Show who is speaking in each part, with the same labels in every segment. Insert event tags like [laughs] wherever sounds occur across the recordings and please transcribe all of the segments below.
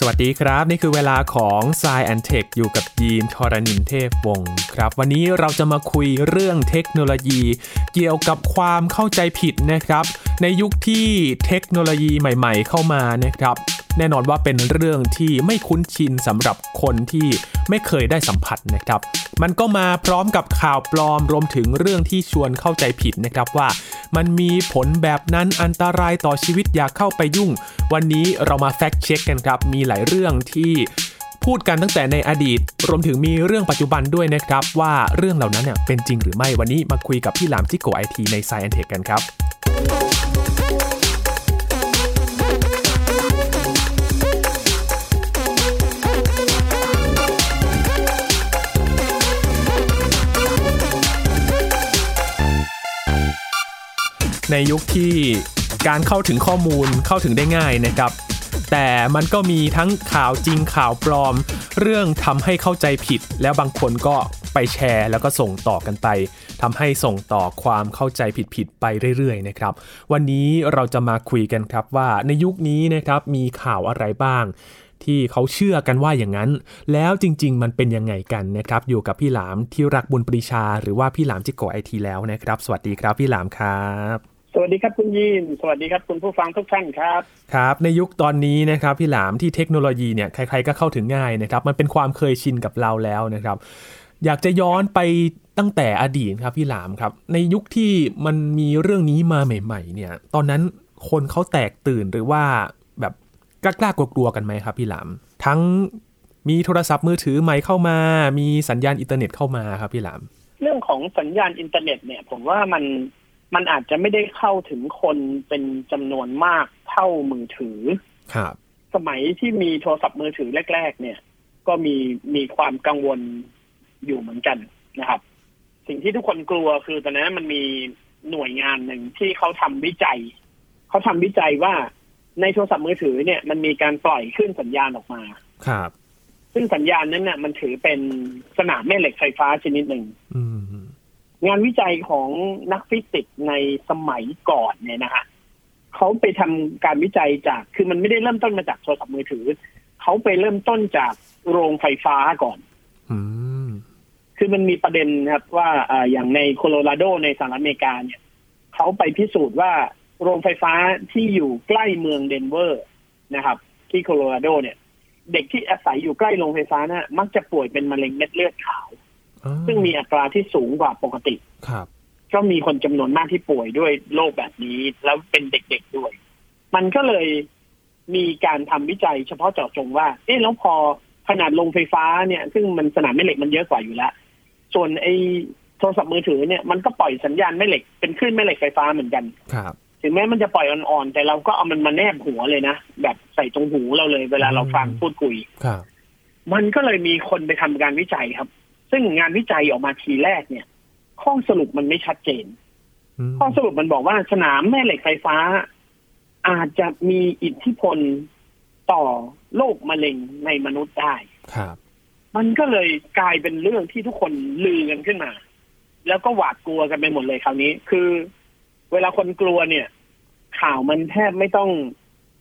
Speaker 1: สวัสดีครับ นี่คือเวลาของ s ซแอนเทคอยู่กับยีนทรณินเทพวงศ์ครับ วันนี้เราจะมาคุยเรื่องเทคโนโลยี เกี่ยวกับความเข้าใจผิดนะครับ ในยุคที่เทคโนโลยีใหม่ ๆ เข้ามานะครับ แน่นอนว่าเป็นเรื่องที่ไม่คุ้นชินสำหรับคนที่ไม่เคยได้สัมผัสนะครับ มันก็มาพร้อมกับข่าวปลอมรวมถึงเรื่องที่ชวนเข้าใจผิดนะครับว่า มันมีผลแบบนั้นอันตรายต่อชีวิตอย่าเข้าไปยุ่ง วันนี้เรามาแฟกต์เช็คกันครับ มีหลายเรื่องที่พูดกันตั้งแต่ในอดีต รวมถึงมีเรื่องปัจจุบันด้วยนะครับ ว่าเรื่องเหล่านั้นเนี่ยเป็นจริงหรือไม่วันนี้มาคุยกับพี่หลามจิโกไอทีใน s ซ e n t e c h กันครับ ในยุคที่การเข้าถึงข้อมูลเข้าถึงได้ง่ายนะครับ แต่มันก็มีทั้งข่าวจริงข่าวปลอม เรื่องทำให้เข้าใจผิด แล้วบางคนก็ไปแชร์แล้วก็ส่งต่อกันไปทำให้ส่งต่อความเข้าใจผิดๆไปเรื่อยๆนะครับ วันนี้เราจะมาคุยกันครับว่าในยุคนี้นะครับมีข่าวอะไรบ้าง ที่เขาเชื่อกันว่าอย่างนั้น แล้วจริง ๆ มันเป็นยังไงกันนะครับ อยู่กับพี่หลามที่รักบุญปรีชา หรือว่าพี่หลามจิโกไอทีแล้วนะครับ สวัสดีครับพี่หลามครับ
Speaker 2: สวัสดีครับคุณยีน สวัสดีครับ คุณผู้ฟังทุกท่านครับ
Speaker 1: ครับในยุคตอนนี้นะครับพี่หลามที่เทคโนโลยีเนี่ยใครๆก็เข้าถึงง่ายนะครับ มันเป็นความเคยชินกับเราแล้วนะครับ อยากจะย้อนไปตั้งแต่อดีตครับพี่หลามครับ ในยุคที่มันมีเรื่องนี้มาใหม่ ๆ เนี่ย ตอนนั้นคนเขาแตกตื่นหรือว่าแบบกล้าๆกลัวๆกันไหมครับ พี่หลาม ทั้งมีโทรศัพท์มือถือใหม่เข้ามา มีสัญญาณอินเทอร์เน็ตเข้ามาครับพี่หลาม
Speaker 2: เรื่องของสัญญาณอินเทอร์เน็ตเนี่ย ผมว่ามันมันอาจจะไม่ได้เข้าถึงคนเป็นจำนวนมากเท่ามือถือ
Speaker 1: ครับ
Speaker 2: สมัยที่มีโทรศัพท์มือถือแรก ๆ เนี่ย ก็มีมีความกังวลอยู่เหมือนกันนะครับ สิ่งที่ทุกคนกลัวคือตอนนั้นมันมีหน่วยงานหนึ่งที่เขาทำวิจัย เขาทำวิจัยว่าในโทรศัพท์มือถือเนี่ยมันมีการปล่อยขึ้นสัญญาณออกมา
Speaker 1: ครับ
Speaker 2: ซึ่งสัญญาณนั้นน่ะมันถือเป็นสนามแม่เหล็กไฟฟ้าชนิดหนึ่ง
Speaker 1: อืม
Speaker 2: งานวิจัยของนักฟิสิกส์ในสมัยก่อนเนี่ยนะฮะเขาไปทำการวิจัยจากคือมันไม่ได้เริ่มต้นมาจากโทรศัพท์มือถือ เขาไปเริ่มต้นจากโรงไฟฟ้าก่อน
Speaker 1: อืม
Speaker 2: คือมันมีประเด็นนะครับว่าเอ่ออย่างในโคโลราโดในสหรัฐอเมริกาเนี่ยเขาไปพิสูจน์ว่าโรงไฟฟ้าที่อยู่ใกล้เมืองเดนเวอร์นะครับ ที่โคโลราโดเนี่ย เด็กที่อาศัยอยู่ใกล้โรงไฟฟ้านะ่ะมักจะป่วยเป็นมะเร็งเม็ดเลือดขาว
Speaker 1: อ่า
Speaker 2: ซึ่งมีอัตราที่สูงกว่าปกติ
Speaker 1: ครับ
Speaker 2: ก็มีคนจำนวนมากที่ป่วยด้วยโรคแบบนี้ แล้วเป็นเด็กๆด้วย มันก็เลยมีการทำวิจัยเฉพาะเจาะจงว่า เอ๊ะแล้วพอขนาดลงไฟฟ้าเนี่ย ซึ่งมันสนามแม่เหล็กมันเยอะกว่าอยู่แล้ว ส่วนไอ้โทรศัพท์มือถือเนี่ยมันก็ปล่อยสัญญาณแม่เหล็กเป็นคลื่นแม่เหล็กไฟฟ้าเหมือนกัน
Speaker 1: ครับ
Speaker 2: ถึงแม้มันจะปล่อยอ่อนๆ แต่เราก็เอามันมาแนบหัวเลยนะ แบบใส่ตรงหูเราเลยเวลาเราฟังพูดคุย
Speaker 1: ครับ
Speaker 2: มันก็เลยมีคนไปทำการวิจัยครับ ซึ่งงานวิจัยออกมาทีแรกเนี่ย ข้อสรุปมันไม่ชัดเจน
Speaker 1: ม
Speaker 2: ข้อสรุปมันบอกว่าสนามแม่เหล็กไฟฟ้า อาจจะมีอิทธิพลต่อโรคมะเร็งในมนุษย์ได้
Speaker 1: ครับ
Speaker 2: มันก็เลยกลายเป็นเรื่องที่ทุกคนลือกันขึ้นมา แล้วก็หวาดกลัวกันไปหมดเลยคราวนี้ คือ เวลาคนกลัวเนี่ย ข่าวมันแทบไม่ต้อง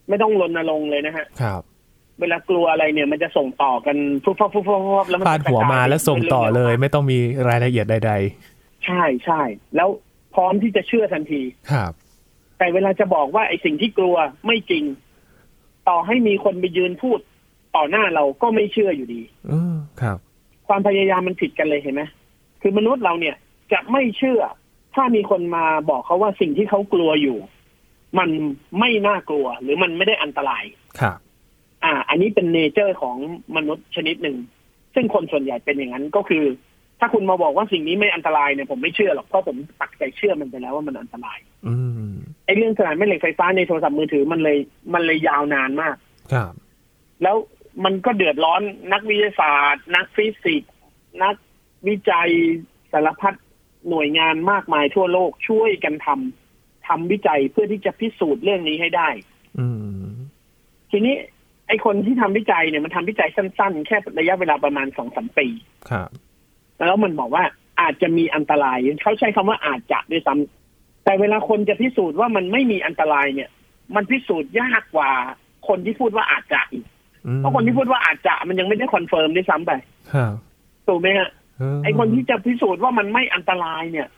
Speaker 2: ไม่ต้องรณรงค์เลยนะฮะ
Speaker 1: ครับ
Speaker 2: เวลากลัวอะไรเนี่ย มันจะส่งต่อกันฟุบฟับฟุบฟับฟุบฟับแล้วมัน
Speaker 1: พาด
Speaker 2: จะกระจย
Speaker 1: หัวมาแล้วส่งต่อเลย ไม่ต้องมีรายละเอียดใด
Speaker 2: ใช่ใช่แล้วพร้อมที่จะเชื่อทันที
Speaker 1: ๆ ครับ
Speaker 2: แต่เวลาจะบอกว่าไอ้สิ่งที่กลัวไม่จริง ต่อให้มีคนไปยืนพูด ต่อหน้าเราก็ไม่เชื่ออยู่ดี
Speaker 1: เออครับ
Speaker 2: ความพยายามมันผิดกันเลยเห็นไหมคือมนุษย์เราเนี่ยจะไม่เชื่อ ถ้ามีคนมาบอกเขาว่าสิ่งที่เขากลัวอยู่ มันไม่น่ากลัว หรือมันไม่ได้อันตราย
Speaker 1: ครับ
Speaker 2: อ่า อันนี้เป็นเนเจอร์ของมนุษย์ชนิดหนึ่ง ซึ่งคนส่วนใหญ่เป็นอย่างนั้นก็คือ ถ้าคุณมาบอกว่าสิ่งนี้ไม่อันตรายเนี่ยผมไม่เชื่อหรอกเพราะผมปักใจเชื่อมันไปแล้วว่ามันอันตราย
Speaker 1: อืม
Speaker 2: ไอ้เรื่องสนามแม่เหล็กไฟฟ้าในโทรศัพท์มือถือมันเลยมันเลยยาวนานมาก
Speaker 1: ครับ
Speaker 2: แล้วมันก็เดือดร้อนนักวิทยาศาสตร์ นักฟิสิกส์นักวิจัยสารพัดหน่วยงานมากมายทั่วโลกช่วยกันทำทำวิจัยเพื่อที่จะพิสูจน์เรื่องนี้ให้ได้
Speaker 1: อืม
Speaker 2: ทีนี้ไอ้คนที่ทำวิจัยเนี่ยมันทำวิจัยสั้นๆ แค่ระยะเวลาประมาณสองสามปี
Speaker 1: ครับ
Speaker 2: แล้วมันบอกว่าอาจจะมีอันตรายเขาใช้คำว่าอาจจะด้วยซ้ำแต่เวลาคนจะพิสูจน์ว่ามันไม่มีอันตรายเนี่ย มันพิสูจน์ยากกว่าคนที่พูดว่าอาจจะอีก
Speaker 1: อืม
Speaker 2: เพราะคนที่พูดว่าอาจจะมันยังไม่ได้คอนเฟิร์มด้วยซ้ำไป
Speaker 1: ครับ
Speaker 2: ถูกไหมฮะ
Speaker 1: เ
Speaker 2: ไอคนที่จะพิสูจน์ว่ามันไม่อันตรายเนี่ย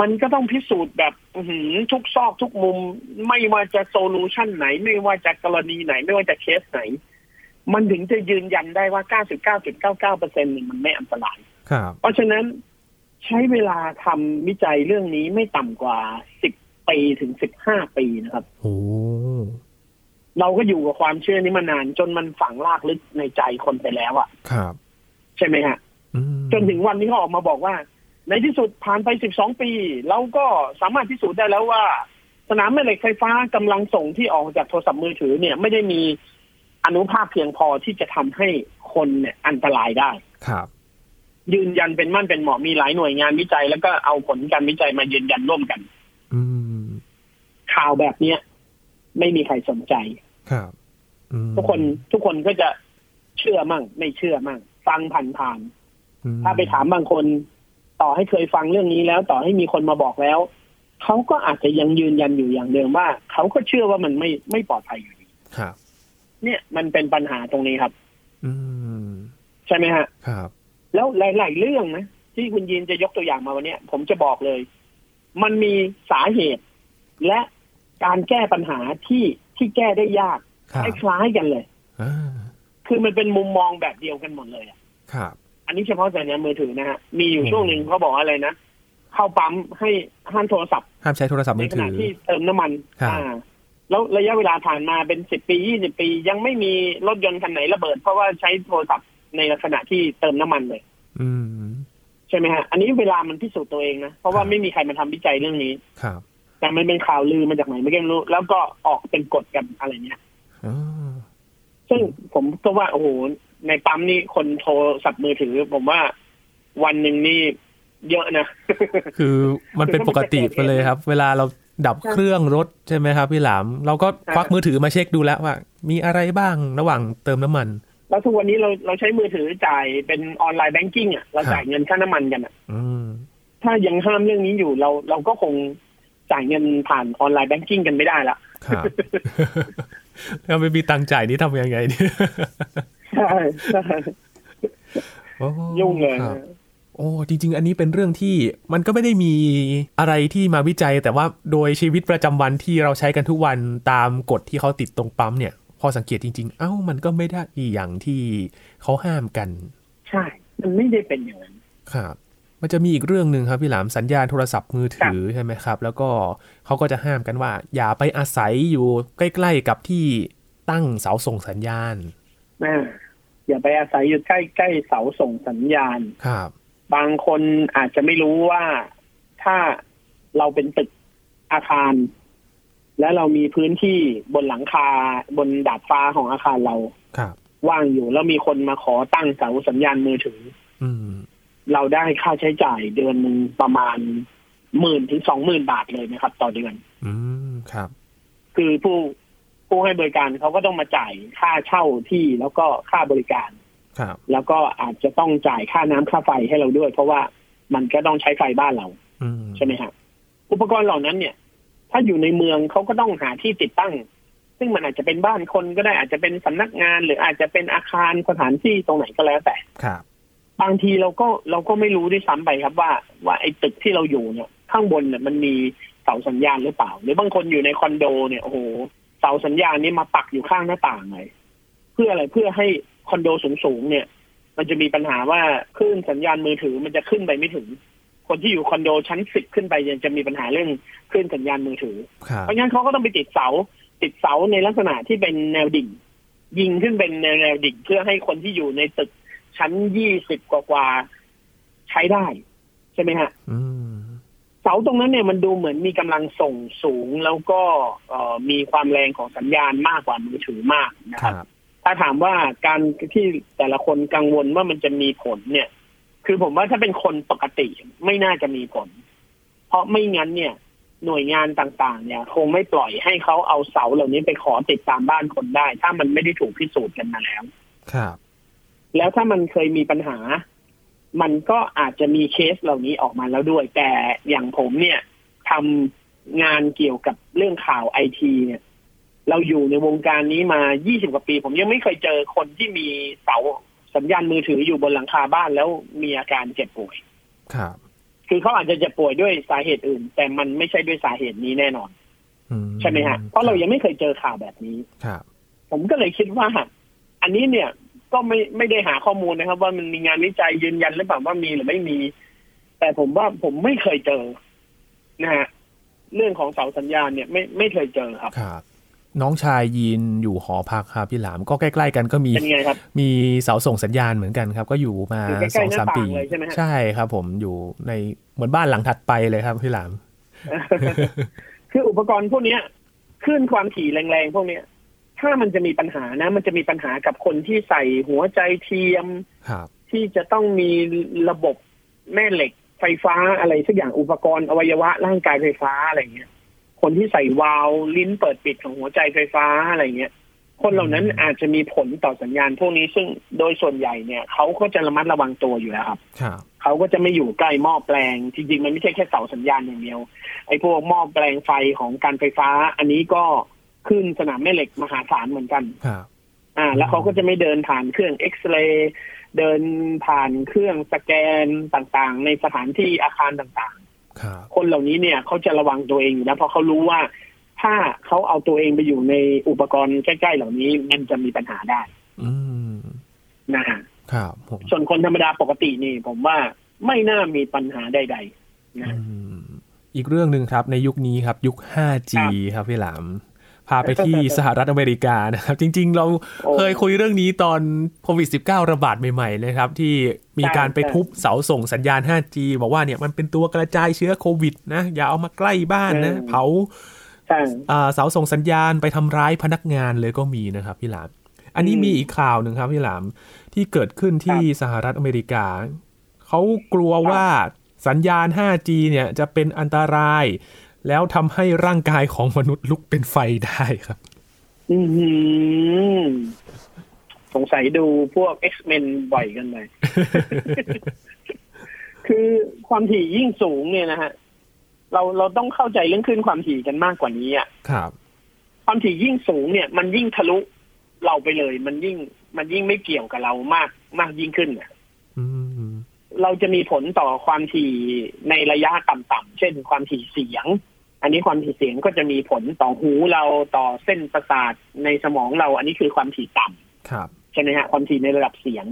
Speaker 2: มันก็ต้องพิสูจน์แบบอื้อหือทุกซอกทุกมุม ไม่ว่าจะโซลูชันไหน ไม่ว่าจะกรณีไหน ไม่ว่าจะเคสไหน มันถึงจะยืนยันได้ว่า 99.99%เนี่ยมันไม่อันตราย
Speaker 1: ครับ
Speaker 2: เพราะฉะนั้นใช้เวลาทำวิจัยเรื่องนี้ไม่ต่ำกว่า 10 ปีถึง 15 ปีนะครับ
Speaker 1: โอ้
Speaker 2: เราก็อยู่กับความเชื่อนี้มานาน จนมันฝังลากลึกในใจคนไปแล้วอะ
Speaker 1: ครับ
Speaker 2: ใช่ไหมฮะ
Speaker 1: อืม
Speaker 2: จนถึงวันนี้เขาออกมาบอกว่า ในที่สุดผ่านไป 12 ปี เราก็สามารถพิสูจน์ได้แล้วว่า สนามแม่เหล็กไฟฟ้ากำลังส่งที่ออกจากโทรศัพท์มือถือเนี่ย ไม่ได้มีอนุภาคเพียงพอที่จะทำให้คนเนี่ยอันตรายได้
Speaker 1: ครับ
Speaker 2: ยืนยันเป็นมั่นเป็นเหมาะมีหลายหน่วยงานวิจัย แล้วก็เอาผลการวิจัยมายืนยันร่วมกัน
Speaker 1: อืม
Speaker 2: ข่าวแบบเนี้ยไม่มีใครสนใจ
Speaker 1: ครับอืม
Speaker 2: ทุกคนทุกคนก็จะเชื่อมั่ง ไม่เชื่อมั่ง ฟังผ่านๆ
Speaker 1: อืม
Speaker 2: ถ้าไปถามบางคน ต่อให้เคยฟังเรื่องนี้แล้ว ต่อให้มีคนมาบอกแล้ว เขาก็อาจจะยังยืนยันอยู่อย่างเดิมว่า เขาก็เชื่อว่ามันไม่ไม่ปลอดภัยอยู่ดี
Speaker 1: ครับ
Speaker 2: เนี่ยมันเป็นปัญหาตรงนี้ครับ
Speaker 1: อืม
Speaker 2: ใช่ไหมฮะ
Speaker 1: ครับ
Speaker 2: แล้วหลาย ๆ เรื่องนะที่คุณยินจะยกตัวอย่างมาวันเนี้ยผมจะบอกเลย มันมีสาเหตุ และการแก้ปัญหาที่ที่แก้ได้ยาก
Speaker 1: ครับ
Speaker 2: คล้ายๆกันเลย
Speaker 1: อ่า
Speaker 2: คือมันเป็นมุมมองแบบเดียวกันหมดเลยอะ
Speaker 1: ครับ
Speaker 2: อันนี้เฉพาะสัญญาณมือถือนะฮะ มีอยู่
Speaker 1: อืม
Speaker 2: ช่วงหนึ่งเขาบอกว่าอะไรนะ เข้าปั๊มให้ห้ามโทรศัพท์
Speaker 1: ห้ามใช้โทรศัพท์
Speaker 2: ใน
Speaker 1: มือ
Speaker 2: ข
Speaker 1: ถื
Speaker 2: ณะ
Speaker 1: อ
Speaker 2: ที่เติมน้ำมัน
Speaker 1: ครับ
Speaker 2: อ่า แล้วระยะเวลาผ่านมาเป็นสิบปียี่สิบปี ยังไม่มีรถยนต์คันไหนระเบิด เพราะว่าใช้โทรศัพท์ในขณะที่เติมน้ำมันเลย
Speaker 1: อืม
Speaker 2: ใช่ไหมฮะ อันนี้เวลามันพิสูจน์ตัวเองนะ เพราะว่า
Speaker 1: ครับ
Speaker 2: ไม่มีใครมาทำวิจัยเรื่องนี้
Speaker 1: ครับ
Speaker 2: แต่มันเป็นข่าวลือมาจากไหนไม่รู้ แล้วก็ออกเป็นกฎกันอะไรเนี้ย
Speaker 1: อ่า
Speaker 2: ซึ่งผมก็ว่าโอ้โหในปั๊มนี่คนโทรศัพท์มือถือ ผมว่าวันหนึ่งนี่เยอะนะ [laughs]
Speaker 1: คือมันเป็นปกติไปเลยครับ เวลาเราดับเครื่องรถใช่ไหมครับพี่หลาม เราก็ควักมือถือมาเช็คดูแล้วว่า มีอะไรบ้างระหว่างเติมน้ำมัน
Speaker 2: แล้วทุกวันนี้เราเราใช้มือถือจ่ายเป็นออนไลน์แบงกิ้งอ่ะเรา
Speaker 1: ครับ
Speaker 2: จ่ายเงินค่าน้ำมันกันอ่ะ
Speaker 1: อืม
Speaker 2: ถ้ายังห้ามเรื่องนี้อยู่เราเราก็คงจ่ายเงินผ่านออนไลน์แบงกิ้งกันไม่ได้ละ [laughs]
Speaker 1: [laughs] ครับ ถ้าไม่มีตังค์จ่ายนี่ทำยังไงเนี่ย
Speaker 2: ใช่
Speaker 1: โอ้
Speaker 2: ยุ่งเลย
Speaker 1: ครับ โอ้จริง ๆ อันนี้เป็นเรื่องที่มันก็ไม่ได้มีอะไรที่มาวิจัย แต่ว่าโดยชีวิตประจำวันที่เราใช้กันทุกวันตามกฎที่เขาติดตรงปั๊มเนี่ย พอสังเกตจริง ๆ เอ้ามันก็ไม่ได้อีอย่างที่เขาห้ามกัน
Speaker 2: ใช่ มันไม่ได้เป็นอย่างนั้น
Speaker 1: ครับมันจะมีอีกเรื่องหนึ่งครับพี่หลามสัญญาณโทรศัพท์มือถือใช่ไหมครับ แล้วก็เขาก็จะห้ามกันว่า อย่าไปอาศัยอยู่ใกล้ ๆ กับที่ตั้งเสาส่งสัญญาณ
Speaker 2: นะอย่าไปอาศัยอยู่ใกล้ใกล้เสาส่งสัญญาณ
Speaker 1: ครับ
Speaker 2: บางคนอาจจะไม่รู้ว่าถ้าเราเป็นตึกอาคาร และเรามีพื้นที่บนหลังคาบนดาดฟ้าของอาคารเรา
Speaker 1: ครับ
Speaker 2: ว่างอยู่แล้วมีคนมาขอตั้งเสาสัญญาณมือถือ
Speaker 1: อืม
Speaker 2: เราได้ค่าใช้จ่ายเดือนหนึ่งประมาณหมื่นถึงสองหมื่นบาทเลยนะครับ ต่อเดือน
Speaker 1: อืมครับ
Speaker 2: คือผู้ผู้ให้บริการเขาก็ต้องมาจ่ายค่าเช่าที่แล้วก็ค่าบริการ
Speaker 1: ครับ
Speaker 2: แล้วก็อาจจะต้องจ่ายค่าน้ำค่าไฟให้เราด้วย เพราะว่ามันก็ต้องใช้ไฟบ้านเรา
Speaker 1: อืม
Speaker 2: ใช่ไหมครับอุปกรณ์เหล่านั้นเนี่ย ถ้าอยู่ในเมืองเขาก็ต้องหาที่ติดตั้ง ซึ่งมันอาจจะเป็นบ้านคนก็ได้อาจจะเป็นสำนักงาน หรืออาจจะเป็นอาคารสถานที่ตรงไหนก็แล้วแต่
Speaker 1: ครับ
Speaker 2: บางทีเราก็เราก็ไม่รู้ด้วยซ้ำไปครับว่าว่าไอ้ตึกที่เราอยู่เนี่ย ข้างบนเนี่ยมันมีเสาสัญญาณหรือเปล่า หรือบางคนอยู่ในคอนโดเนี่ยโอ้โหเสาสัญญาณนี่มาปักอยู่ข้างหน้าต่างเลยเพื่ออะไรเพื่อให้คอนโดสูงๆเนี่ย มันจะมีปัญหาว่าคลื่นสัญญาณมือถือมันจะขึ้นไปไม่ถึง คนที่อยู่คอนโดชั้นสิบขึ้นไปยังจะมีปัญหาเรื่องคลื่นสัญญาณมือถือ
Speaker 1: ครับ
Speaker 2: เพราะงั้นเขาก็ต้องไปติดเสา ติดเสาในลักษณะที่เป็นแนวดิ่ง ยิงขึ้นเป็นแนวแนวดิ่ง เพื่อให้คนที่อยู่ในตึกชั้นยี่สิบกว่าๆใช้ได้ ใช่ไหมฮะ
Speaker 1: อืม
Speaker 2: เสาตรงนั้นเนี่ยมันดูเหมือนมีกำลังส่งสูงแล้วก็เอ่อมีความแรงของสัญญาณมากกว่ามือถือมากนะ
Speaker 1: ค
Speaker 2: ครับ
Speaker 1: รับ
Speaker 2: ถ้าถามว่าการที่แต่ละคนกังวลว่ามันจะมีผลเนี่ย คือผมว่าถ้าเป็นคนปกติไม่น่าจะมีผล เพราะไม่งั้นเนี่ย หน่วยงานต่างๆ เนี่ย คงไม่ปล่อยให้เขาเอาเสาเหล่านี้ไปขอติดตามบ้านคนได้ ถ้ามันไม่ได้ถูกพิสูจน์กันมาแล้ว
Speaker 1: ครับ
Speaker 2: แล้วถ้ามันเคยมีปัญหา มันก็อาจจะมีเคสเหล่านี้ออกมาแล้วด้วย แต่อย่างผมเนี่ยทำงานเกี่ยวกับเรื่องข่าวไอทีเนี่ย เราอยู่ในวงการนี้มา 20 กว่าปี ผมยังไม่เคยเจอคนที่มีเสาสัญญาณมือถืออยู่บนหลังคาบ้านแล้วมีอาการเจ็บป่วย
Speaker 1: ครับ
Speaker 2: คือเขาอาจจะเจ็บป่วยด้วยสาเหตุอื่น แต่มันไม่ใช่ด้วยสาเหตุนี้แน่นอน
Speaker 1: อื
Speaker 2: ใช่ไหมฮะ เพราะเรายังไม่เคยเจอข่าวแบบนี้
Speaker 1: ครับ
Speaker 2: ผมก็เลยคิดว่า อันนี้เนี่ยก็ไม่ไม่ได้หาข้อมูลนะครับ ว่ามันมีงานวิจัยยืนยันหรือเปล่าว่ามีหรือไม่มี แต่ผมว่าผมไม่เคยเจอนะฮะเรื่องของเสาสัญญาณเนี่ยไม่ไม่เคยเจอ
Speaker 1: [laughs]
Speaker 2: ครับ
Speaker 1: ครับ น้องชายยีนอยู่หอพักครับพี่หลามก็ใกล้ๆกันก็มี
Speaker 2: เป็นไงครับ
Speaker 1: มีเสาส่งสัญญาณเหมือนกันครับ ก็อยู่มา
Speaker 2: อยู่ใกล้ๆ
Speaker 1: สองสาม
Speaker 2: หน้าต่าง
Speaker 1: ปี
Speaker 2: เลยใช่ไหมฮะ
Speaker 1: ใช่ครับผมอยู่ในเหมือนบ้านหลังถัดไปเลยครับพี่หลาม
Speaker 2: คืออุปกรณ์พวกเนี้ยคลื่นความถี่แรงๆพวกเนี้ย ถ้ามันจะมีปัญหานะ มันจะมีปัญหากับคนที่ใส่หัวใจเทียม
Speaker 1: ครับ
Speaker 2: ที่จะต้องมีระบบแม่เหล็กไฟฟ้าอะไรสักอย่างอุปกรณ์อวัยวะร่างกายไฟฟ้าอะไรเงี้ย คนที่ใส่วาล์วลิ้นเปิดปิดของหัวใจไฟฟ้าอะไรเงี้ย คนเหล่านั้นอาจจะมีผลต่อสัญญาณพวกนี้ซึ่งโดยส่วนใหญ่เนี่ยเขาก็จะระมัดระวังตัวอยู่แล้วครับ
Speaker 1: ครับ
Speaker 2: เขาก็จะไม่อยู่ใกล้หม้อแปลง จริงๆ มันไม่ใช่แค่เสาสัญญาณอย่างเดียว ไอ้พวกหม้อแปลงไฟของการไฟฟ้า อันนี้ก็ขึ้นสนามแม่เหล็กมหาศาลเหมือนกัน
Speaker 1: ครับ
Speaker 2: อ่า แล้วเขาก็จะไม่เดินผ่านเครื่องเอ็กซเรย์เดินผ่านเครื่องสแกนต่างๆ ในสถานที่อาคารต่าง
Speaker 1: ครับ
Speaker 2: ๆ คนเหล่านี้เนี่ยเขาจะระวังตัวเองอยู่แล้วเพราะเขารู้ว่า ถ้าเขาเอาตัวเองไปอยู่ในอุปกรณ์ใกล้ๆเหล่านี้มันจะมีปัญหาได้
Speaker 1: อืม
Speaker 2: นะฮะ
Speaker 1: ครับผม
Speaker 2: ส่วนคนธรรมดาปกตินี่ ผมว่าไม่น่ามีปัญหาใดๆนะ
Speaker 1: อืมอีกเรื่องหนึ่งครับในยุคนี้ครับ ยุค 5G ครับพี่หลาม พาไปที่ สหรัฐอเมริกานะครับ จริง ๆ เรา
Speaker 2: โอ้
Speaker 1: เคยคุยเรื่องนี้ตอนโควิด -19 ระบาดใหม่ๆนะครับ ที่มีการไป
Speaker 2: ใช่
Speaker 1: ทุบเสาส่งสัญญาณ 5G บอกว่าเนี่ยมันเป็นตัวกระจายเชื้อโควิดนะ อย่าเอามาใกล้บ้านนะ เผา
Speaker 2: ใช่
Speaker 1: อ่าเสาส่งสัญญาณไปทำร้ายพนักงานเลยก็มีนะครับพี่หลาม อันนี้
Speaker 2: อืม
Speaker 1: มีอีกข่าวหนึ่งครับพี่หลามที่เกิดขึ้นที่สหรัฐอเมริกา เขากลัว
Speaker 2: ครับ
Speaker 1: ว่าสัญญาณ 5G เนี่ยจะเป็นอันตราย แล้วทำให้ร่างกายของมนุษย์ลุกเป็นไฟได้ครับ [laughs]
Speaker 2: อือหือสงสัยดูพวก X-Men บ่อยกันไหม คือความถี่ยิ่งสูงเนี่ยนะฮะ เราเราต้องเข้าใจเรื่องคลื่นความถี่กันมากกว่านี้อ่ะ
Speaker 1: ครับ
Speaker 2: ความถี่ยิ่งสูงเนี่ย มันยิ่งทะลุเราไปเลย มันยิ่ง มันยิ่งไม่เกี่ยวกับเรามากมากยิ่งขึ้นอะ
Speaker 1: อืม
Speaker 2: เราจะมีผลต่อความถี่ในระยะต่ำๆเช่น ความถี่เสียง อันนี้ความถี่เสียงก็จะมีผลต่อหูเราต่อเส้นประสาทในสมองเรา อันนี้คือความถี่ต่ำ
Speaker 1: ครับ
Speaker 2: ใช่ไหมฮะความถี่ในระดับเสียง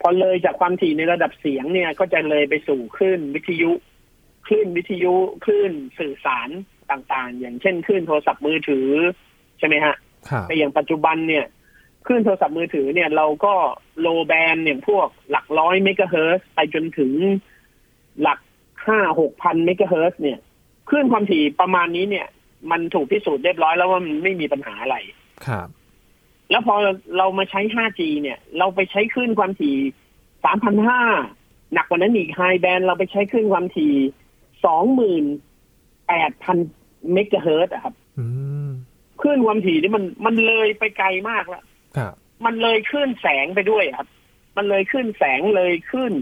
Speaker 2: พอเลยจากความถี่ในระดับเสียงเนี่ย ก็จะเลยไปสู่คลื่นวิทยุคลื่นวิทยุคลื่นสื่อสารต่างๆ อย่างเช่นคลื่นโทรศัพท์มือถือ ใช่ไหมฮะ
Speaker 1: ครับ
Speaker 2: แต่อย่างปัจจุบันเนี่ยคลื่นโทรศัพท์มือถือเนี่ย เราก็โลแบนอย่างพวกหลักร้อยเมกะเฮิรตซ์ไปจนถึงหลักห้าหกพันเมกะเฮิรตซ์เนี่ยคลื่นความถี่ประมาณนี้เนี่ย มันถูกพิสูจน์เรียบร้อยแล้วว่ามันไม่มีปัญหาอะไร
Speaker 1: ครับ
Speaker 2: แล้วพอเรามาใช้ 5G เนี่ย เราไปใช้คลื่นความถี่ 3,500 หนักกว่านั้นอีกไฮแบนเราไปใช้คลื่นความถี่ 28,000 เมกะเฮิรตซ์อะครับ
Speaker 1: อืม
Speaker 2: คลื่นความถี่นี่มันมันเลยไปไกลมากแล้ว
Speaker 1: ครับ
Speaker 2: มันเลยคลื่นแสงไปด้วยครับ มันเลยคลื่นแสงเลยคลื่น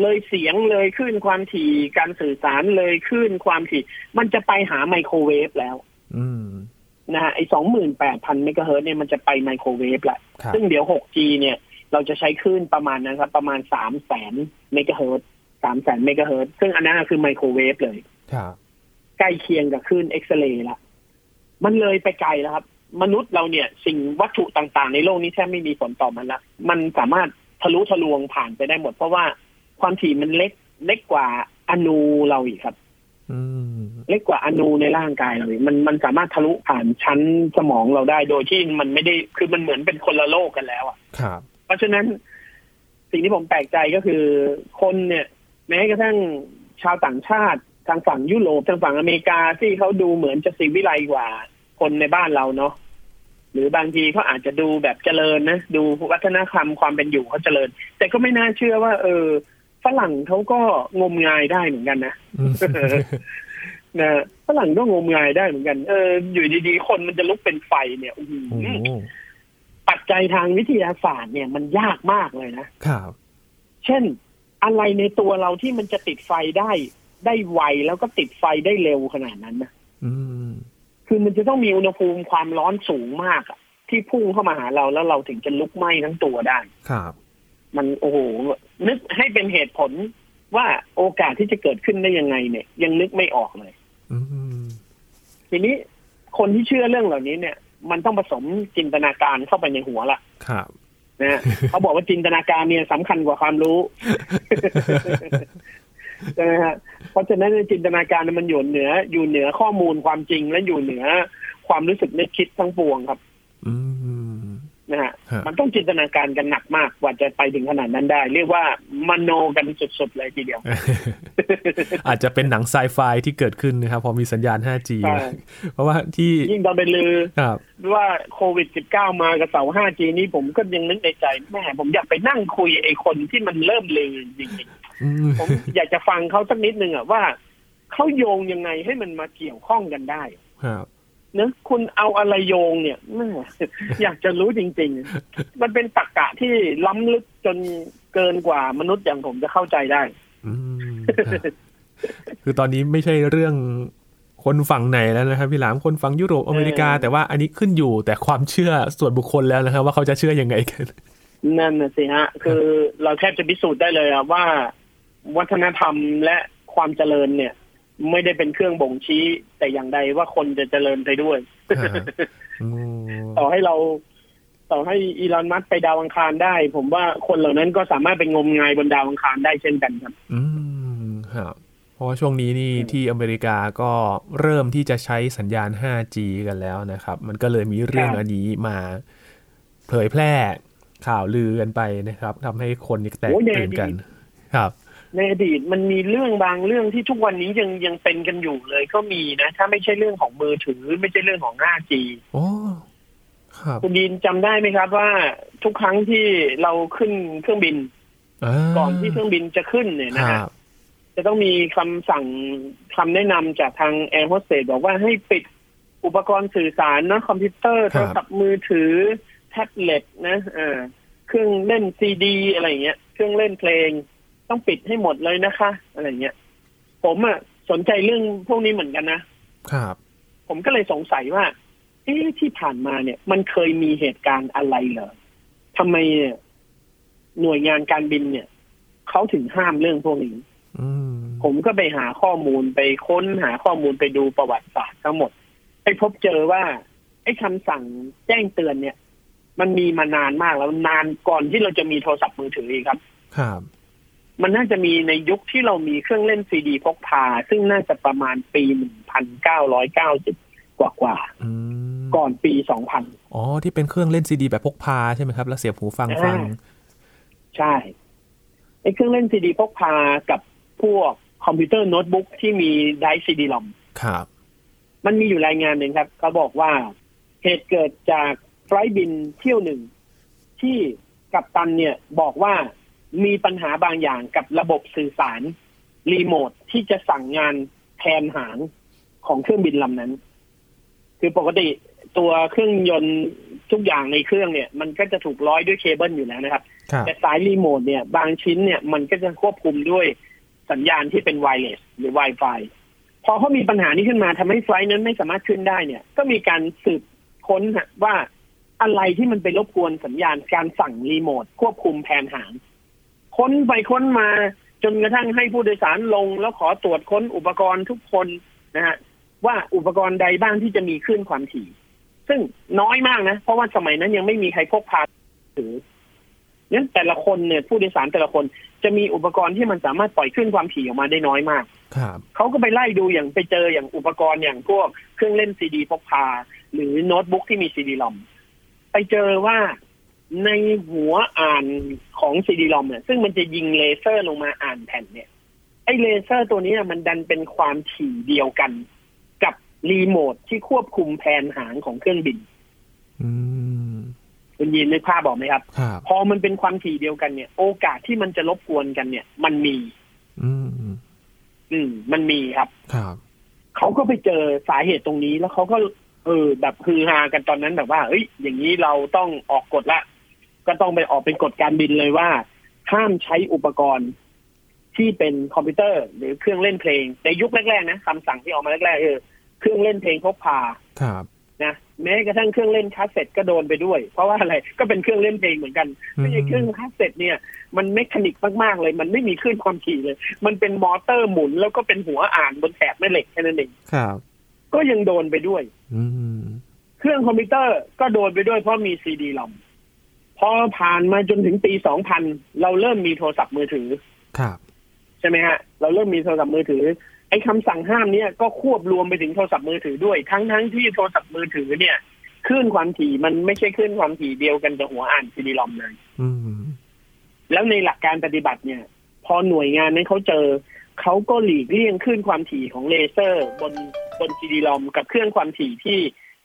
Speaker 2: เลยเสียงเลยคลื่นความถี่การสื่อสารเลยคลื่นความถี่ มันจะไปหาไมโครเวฟแล้ว
Speaker 1: อืม
Speaker 2: นะฮะไอ้28,000 เมกะเฮิรตซ์เนี่ยมันจะไปไมโครเวฟละ
Speaker 1: ครับ
Speaker 2: ซึ่งเดี๋ยว 6G เนี่ย เราจะใช้คลื่นประมาณนั้นครับ ประมาณ 3 แสนเมกะเฮิรตซ์3แสนเมกะเฮิรตซ์ซึ่งอันนั้นคือไมโครเวฟเลย
Speaker 1: ครับ
Speaker 2: ใกล้เคียงกับคลื่นเอ็กซเรย์ละ มันเลยไปไกลแล้วครับ มนุษย์เราเนี่ย สิ่งวัตถุต่างๆ ในโลกนี้แทบไม่มีผลต่อมันละ มันสามารถทะลุทะลวงผ่านไปได้หมด เพราะว่าความถี่มันเล็กเล็กกว่าอนูเราอีกครับ
Speaker 1: อืม
Speaker 2: เล็กกว่าอนูในร่างกายเราอีกมันมันสามารถทะลุผ่านชั้นสมองเราได้ โดยที่มันไม่ได้ คือมันเหมือนเป็นคนละโลกกันแล้วอะ
Speaker 1: ครับ
Speaker 2: เพราะฉะนั้นสิ่งที่ผมแปลกใจก็คือคนเนี่ย แม้กระทั่งชาวต่างชาติทางฝั่งยุโรปทางฝั่งอเมริกาที่เขาดูเหมือนจะสีวิไลกว่าคนในบ้านเราเนาะหรือบางทีเขาอาจจะดูแบบเจริญนะ ดูวัฒนธรรมความเป็นอยู่เขาเจริญ แต่ก็ไม่น่าเชื่อว่า เออฝรั่งเขาก็งมงายได้เหมือนกันนะ
Speaker 1: อืม
Speaker 2: นะฝรั่งก็งมงายได้เหมือนกัน เออ อยู่ดีๆคนมันจะลุกเป็นไฟเนี่ยอื้อหือ
Speaker 1: โอ้โห
Speaker 2: ปัจจัยทางวิทยาศาสตร์เนี่ยมันยากมากเลยนะ
Speaker 1: ครับ
Speaker 2: เช่นอะไรในตัวเราที่มันจะติดไฟได้ ได้ไวแล้วก็ติดไฟได้เร็วขนาดนั้นนะ
Speaker 1: อืม
Speaker 2: คือมันจะต้องมีอุณหภูมิความร้อนสูงมากอะที่พุ่งเข้ามาหาเราแล้วเราถึงจะลุกไหม้ทั้งตัวได้
Speaker 1: ครับ
Speaker 2: มันโอ้โหนึกให้เป็นเหตุผลว่าโอกาสที่จะเกิดขึ้นได้ยังไงเนี่ย ยังนึกไม่ออกเลย
Speaker 1: อืม
Speaker 2: ทีนี้คนที่เชื่อเรื่องเหล่านี้เนี่ย มันต้องผสมจินตนาการเข้าไปในหัวละ
Speaker 1: ครับ
Speaker 2: นะฮะ เขาบอกว่าจินตนาการเนี่ยสำคัญกว่าความรู้ ใช่ไหมฮะเพราะฉะนั้นจินตนาการเนี่ยมันอยู่เหนือ อยู่เหนือข้อมูลความจริงและอยู่เหนือความรู้สึกนึกคิดทั้งปวงครับ
Speaker 1: อืม
Speaker 2: นะฮะ
Speaker 1: ฮะ
Speaker 2: มันต้องจินตนาการกันหนักมากกว่าจะไปถึงขนาดนั้นได้ เรียกว่ามโนกันสุดๆเลยทีเดียว
Speaker 1: [laughs] อาจจะเป็นหนังไซไฟที่เกิดขึ้นนะครับ พอมีสัญญาณ 5G
Speaker 2: ใช่
Speaker 1: เพราะว่าที่
Speaker 2: ยิ่งตอนไปลือ
Speaker 1: ครับ
Speaker 2: ว่าโควิด 19 มากับเสา 5G นี้ผมก็ยังนึกในใจแม่ผมอยากไปนั่งคุยไอ้คนที่มันเริ่มลือจริง
Speaker 1: อืม
Speaker 2: ๆ ผม อยากจะฟังเขาสักนิดนึงอ่ะว่าเขาโยงยังไงให้มันมาเกี่ยวข้องกันได้
Speaker 1: ครับ
Speaker 2: เนะคุณเอาอะไรโยงเนี่ยแม่ อยากจะรู้จริง ๆ มันเป็นตรรกะที่ล้ำลึกจนเกินกว่ามนุษย์อย่างผมจะเข้าใจได้
Speaker 1: อืมครับคือตอนนี้ไม่ใช่เรื่องคนฝั่งไหนแล้วนะครับพี่หลามคนฝั่งยุโรปอเมริกา
Speaker 2: เออ
Speaker 1: แต่ว่าอันนี้ขึ้นอยู่แต่ความเชื่อส่วนบุคคลแล้วนะครับ ว่าเขาจะเชื่อยังไงกัน
Speaker 2: นั่นน่ะสิฮะ คือเราแทบจะพิสูจน์ได้เลยอะว่า วัฒนธรรมและความเจริญเนี่ย ไม่ได้เป็นเครื่องบ่งชี้ แต่อย่างใดว่าคนจะเจริญไปด้วย [laughs]
Speaker 1: ฮะ อืม
Speaker 2: ต่อให้เรา ต่อให้อีลอนมัสก์ไปดาวอังคารได้ ผมว่าคนเหล่านั้นก็สามารถไปงมงายบนดาวอังคารได้เช่นกันครับ
Speaker 1: อืมครับเพราะว่าช่วงนี้นี่ที่อเมริกาก็เริ่มที่จะใช้สัญญาณ 5G กันแล้วนะครับ มันก็เลยมีเรื่อง
Speaker 2: ครับ
Speaker 1: อันนี้มาเผยแพร่ข่าวลือกันไปนะครับทำให้คนนี่แตก
Speaker 2: โอ้ยแน่
Speaker 1: ตื่น
Speaker 2: ดี
Speaker 1: กัน ครับ
Speaker 2: ในอดีตมันมีเรื่องบางเรื่องที่ทุกวันนี้ยังยังเป็นกันอยู่เลย ก็มีนะ ถ้าไม่ใช่เรื่องของมือถือ ไม่ใช่เรื่องของ 5G
Speaker 1: โอ้ ครับ
Speaker 2: คุณดีนจำได้ไหมครับว่าทุกครั้งที่เราขึ้นเครื่องบิน
Speaker 1: า
Speaker 2: ก่อนที่เครื่องบินจะขึ้นเนี่ยนะ
Speaker 1: ค
Speaker 2: ฮะ
Speaker 1: รับ
Speaker 2: จะต้องมีคำสั่งคำแนะนำจากทางแอร์โฮสเตสบอกว่าให้ปิดอุปกรณ์สื่อสารนะคอมพิวเตอร์โทรศัพท์มือถือ แท็บเล็ตนะเออเครื่องเล่นซีดี อะไรอย่างเงี้ยเครื่องเล่นเพลง ต้องปิดให้หมดเลยนะคะ อะไรอย่างเงี้ยผมอะสนใจเรื่องพวกนี้เหมือนกันนะ
Speaker 1: ครับ
Speaker 2: ผมก็เลยสงสัยว่าเอ๊ะที่ผ่านมาเนี่ย มันเคยมีเหตุการณ์อะไรเหรอทำไมเนี่ยหน่วยงานการบินเนี่ยเขาถึงห้ามเรื่องพวกนี้
Speaker 1: อืม
Speaker 2: ผมก็ไปหาข้อมูลไปค้นหาข้อมูลไปดูประวัติศาสตร์ทั้งหมด ไปพบเจอว่า ไอ้คำสั่งแจ้งเตือนเนี่ย มันมีมานานมากแล้วนานก่อนที่เราจะมีโทรศัพท์มือถืออีกครับ
Speaker 1: ครับ
Speaker 2: มันน่าจะมีในยุคที่เรามีเครื่องเล่นซีดีพกพา ซึ่งน่าจะประมาณปีหนึ่งพันเก้าร้อยเก้าสิบกว่ากว่าๆ
Speaker 1: อืม
Speaker 2: ก่อนปี 2000
Speaker 1: อ๋อ ที่เป็นเครื่องเล่นซีดีแบบพกพาใช่ไหมครับ แล้วเสียบหูฟังฟัง
Speaker 2: อ่า ใช่ไอ้เครื่องเล่นซีดีพกพากับพวกคอมพิวเตอร์โน้ตบุ๊กที่มีไดรฟ์ซีดีลอม
Speaker 1: ครับ
Speaker 2: มันมีอยู่รายงานหนึ่งครับ เขาบอกว่าเหตุเกิดจากไฟลท์บินเที่ยวหนึ่ง ที่กัปตันเนี่ยบอกว่ามีปัญหาบางอย่างกับระบบสื่อสาร รีโมทที่จะสั่งงานแทนหางของเครื่องบินลำนั้น คือปกติตัวเครื่องยนต์ทุกอย่างในเครื่องเนี่ย มันก็จะถูกร้อยด้วยเคเบิลอยู่แล้วนะครับ
Speaker 1: ครับ
Speaker 2: แต่สายรีโมทเนี่ยบางชิ้นเนี่ยมันก็จะควบคุมด้วยสัญญาณที่เป็นไวเลสหรือ Wi-Fi พอเขามีปัญหานี้ขึ้นมาทำให้ไฟล์นั้นไม่สามารถขึ้นได้เนี่ย ก็มีการสืบค้นฮะว่าอะไรที่มันไปรบกวนสัญญาณการสั่งรีโมทควบคุมแผนหาง ค้นไปค้นมาจนกระทั่งให้ผู้โดยสารลง แล้วขอตรวจค้นอุปกรณ์ทุกคนนะฮะว่าอุปกรณ์ใดบ้างที่จะมีคลื่นความถี่ ซึ่งน้อยมากนะ เพราะว่าสมัยนั้นยังไม่มีใครพกพาถือ นั้นแต่ละคนเนี่ยผู้โดยสารแต่ละคนจะมีอุปกรณ์ที่มันสามารถปล่อยคลื่นความถี่ออกมาได้น้อยมาก
Speaker 1: ครับ
Speaker 2: เขาก็ไปไล่ดูอย่างไปเจออย่างอุปกรณ์อย่างพวกเครื่องเล่นซีดีพกพา หรือโน้ตบุ๊กที่มีซีดีลอมไปเจอว่าในหัวอ่านของซีดีลอมเนี่ยซึ่งมันจะยิงเลเซอร์ลงมาอ่านแผ่นเนี่ย ไอเลเซอร์ตัวเนี้ยมันดันเป็นความถี่เดียวกัน กับรีโมทที่ควบคุมแผนหางของเครื่องบิน
Speaker 1: อืม
Speaker 2: คุณยินนึกภาพบอกไหมครับ
Speaker 1: ครับ
Speaker 2: พอมันเป็นความถี่เดียวกันเนี่ย โอกาสที่มันจะรบกวนกันเนี่ย มันมี
Speaker 1: อืมอืม
Speaker 2: อืม มันมีครับ
Speaker 1: ครับ
Speaker 2: เขาก็ไปเจอสาเหตุตรงนี้แล้วเขาก็เออแบบฮือฮากันตอนนั้นแบบว่า เอ้ย อย่างนี้เราต้องออกกฎละ ก็ต้องไปออกเป็นกฎการบินเลยว่า ห้ามใช้อุปกรณ์ที่เป็นคอมพิวเตอร์ หรือเครื่องเล่นเพลงในยุคแรกๆนะคำสั่งที่ออกมาแรกๆเออเครื่องเล่นเพลงพกพา
Speaker 1: ครับ
Speaker 2: นะแม้กระทั่งเครื่องเล่นคาสเซ็ตก็โดนไปด้วย เพราะว่าอะไรก็เป็นเครื่องเล่นเพลงเหมือนกันไม่ใช่เครื่องคาสเซ็ตเนี่ยมันเมคานิกมากๆเลย มันไม่มีคลื่นความถี่เลย มันเป็นมอเตอร์หมุนแล้วก็เป็นหัวอ่านบนแถบแม่เหล็กแค่นั้นเอง
Speaker 1: ครับ
Speaker 2: ก็ยังโดนไปด้วย
Speaker 1: อืม
Speaker 2: เครื่องคอมพิวเตอร์ก็โดนไปด้วยเพราะมีซีดีลอมพอผ่านมาจนถึงปีสองพันเราเริ่มมีโทรศัพท์มือถือ
Speaker 1: ครับ
Speaker 2: ใช่ไหมฮะ เราเริ่มมีโทรศัพท์มือถือ ไอ้คำสั่งห้ามเนี่ยก็ควบรวมไปถึงโทรศัพท์มือถือด้วย ทั้งทั้งที่โทรศัพท์มือถือเนี่ยคลื่นความถี่มันไม่ใช่คลื่นความถี่เดียวกันกับหัวอ่านซีดีลอมเลย
Speaker 1: อืม
Speaker 2: แล้วในหลักการปฏิบัติเนี่ย พอหน่วยงานนั้นเขาเจอ เขาก็หลีกเลี่ยงคลื่นความถี่ของเลเซอร์ บนบนซีดีลอมกับเครื่องความถี่ที่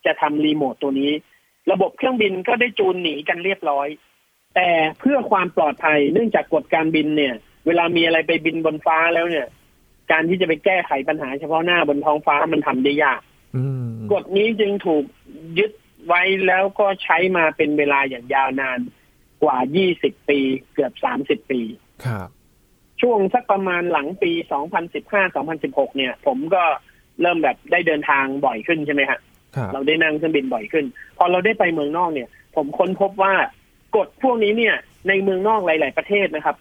Speaker 2: จะทำรีโมทตัวนี้ ระบบเครื่องบินก็ได้จูนหนีกันเรียบร้อย แต่เพื่อความปลอดภัยเนื่องจากกฎการบินเนี่ย เวลามีอะไรไปบินบนฟ้าแล้วเนี่ย การที่จะไปแก้ไขปัญหาเฉพาะหน้าบนท้องฟ้ามันทำได้ยาก
Speaker 1: อืม
Speaker 2: กฎนี้จึงถูกยึดไว้แล้วก็ใช้มาเป็นเวลาอย่างยาวนานกว่า 20 ปีเกือบ 30 ปี
Speaker 1: ครับ
Speaker 2: ช่วงสักประมาณหลังปี 2015-2016 เนี่ย ผมก็เริ่มแบบได้เดินทางบ่อยขึ้นใช่ไหมฮะ
Speaker 1: ครับ
Speaker 2: เราได้นั่งเครื่องบินบ่อยขึ้น พอเราได้ไปเมืองนอกเนี่ย ผมค้นพบว่ากฎพวกนี้เนี่ย ในเมืองนอกหลาย ๆ ประเทศนะครับ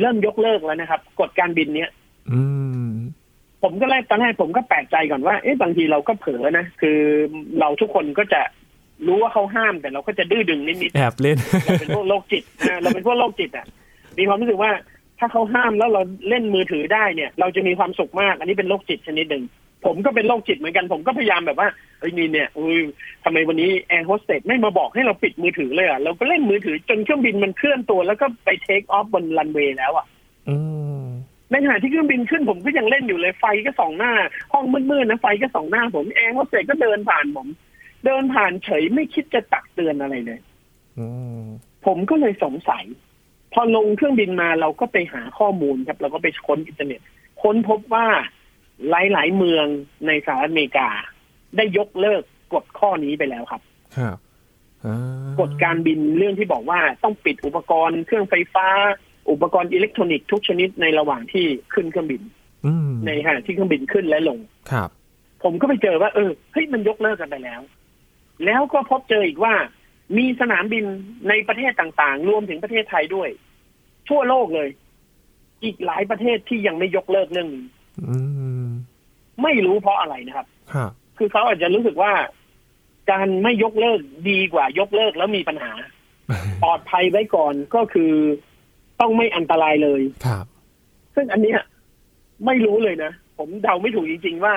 Speaker 2: เริ่มยกเลิกแล้วนะครับกฎการบินเนี่ย
Speaker 1: อืม
Speaker 2: ผมก็แรกตอนแรกผมก็แปลกใจก่อนว่าเอ๊ะบางทีเราก็เผลอนะ คือเราทุกคนก็จะรู้ว่าเขาห้ามแต่เราก็จะดื้อดึงนิด
Speaker 1: แอบเล่น [laughs]
Speaker 2: ๆ เราเป็นพวกโรคจิตนะเราเป็นพวกโรคจิตอ่ะมีความรู้สึกว่าถ้าเขาห้ามแล้วเราเล่นมือถือได้เนี่ย เราจะมีความสุขมาก อันนี้เป็นโรคจิตชนิดหนึ่งผมก็เป็นโรคจิตเหมือนกันผมก็พยายามแบบว่าเอ้ยนี่เนี่ยอุ้ยทำไมวันนี้แอร์โฮสเตสไม่มาบอกให้เราปิดมือถือเลยอ่ะเราก็เล่นมือถือจนเครื่องบินมันเคลื่อนตัว แล้วก็ไปเทคออฟบนรันเวย์แล้วอ่ะ
Speaker 1: อืม
Speaker 2: ในขณะที่เครื่องบินขึ้นผมก็ยังเล่นอยู่เลยไฟก็ส่องหน้า ห้องมืดๆนะไฟก็ส่องหน้าผมแอร์โฮสเตสก็เดินผ่านผม เดินผ่านเฉยไม่คิดจะตักเตือนอะไรเลย
Speaker 1: อืม
Speaker 2: ผมก็เลยสงสัย พอลงเครื่องบินมาเราก็ไปหาข้อมูลครับ เราก็ไปค้นอินเทอร์เน็ต ค้นพบว่าหลายๆเมืองในสหรัฐอเมริกา ได้ยกเลิกกฎข้อนี้ไปแล้วครับ
Speaker 1: ครับอ่าก
Speaker 2: ฎการบินเรื่องที่บอกว่าต้องปิดอุปกรณ์เครื่องไฟฟ้า อุปกรณ์อิเล็กทรอนิกส์ทุกชนิดในระหว่างที่ขึ้นเครื่องบิน
Speaker 1: อืม
Speaker 2: ในขณะที่เครื่องบินขึ้นและลง
Speaker 1: ครับ
Speaker 2: ผมก็ไปเจอว่าเออเฮ้ยมันยกเลิกกันไปแล้ว แล้วก็พบเจออีกว่า มีสนามบินในประเทศต่างๆ รวมถึงประเทศไทยด้วย ทั่วโลกเลย อีกหลายประเทศที่ยังไม่ยกเลิกเรื่องนี้
Speaker 1: อืม
Speaker 2: ไม่รู้เพราะอะไรนะครับ
Speaker 1: ครับ [laughs]
Speaker 2: คือเขาอาจจะรู้สึกว่า การไม่ยกเลิกดีกว่ายกเลิกแล้วมีปัญหา ปลอดภัยไว้ก่อนก็คือต้องไม่อันตรายเลย
Speaker 1: ครับ
Speaker 2: ซึ่งอันเนี้ยไม่รู้เลยนะ ผมเดาไม่ถูกจริง ๆ ว่า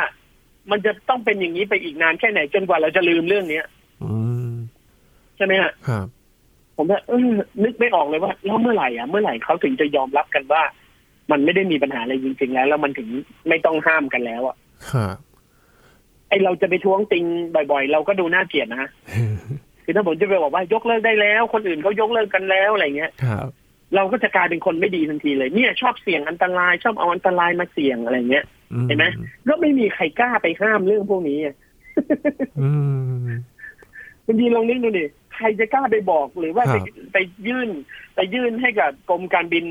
Speaker 2: มันจะต้องเป็นอย่างนี้ไปอีกนานแค่ไหนจนกว่าเราจะลืมเรื่องเนี้ย
Speaker 1: อืม
Speaker 2: ใช่ไหมฮะ
Speaker 1: ครับ
Speaker 2: ผมว่าเออนึกไม่ออกเลยว่าแล้วเมื่อไหร่อ่ะเมื่อไหร่เขาถึงจะยอมรับกันว่า มันไม่ได้มีปัญหาอะไรจริง ๆ แล้ว แล้วมันถึงไม่ต้องห้ามกันแล้วอ่ะ
Speaker 1: ครับ
Speaker 2: ไอเราจะไปท้วงติงบ่อย ๆ เราก็ดูน่าเกลียดนะฮะคือถ้าผมจะไปบอกว่ายกเลิกได้แล้ว คนอื่นเขายกเลิกกันแล้วอะไรเงี้ย
Speaker 1: ครับ
Speaker 2: เราก็จะกลายเป็นคนไม่ดีทันทีเลยเนี่ยชอบเสี่ยงอันตรายชอบเอาอันตรายมาเสี่ยงอะไรเงี้ย
Speaker 1: อื
Speaker 2: เห็นไหม ก็ไม่มีใครกล้าไปห้ามเรื่องพวกนี้อะ
Speaker 1: อืม
Speaker 2: บางทีลองนึกดูดิใครจะกล้าไปบอกหรือว่า
Speaker 1: ครั
Speaker 2: ไป
Speaker 1: บ
Speaker 2: ไปยื่น ไปยื่นให้กับกรมการบิน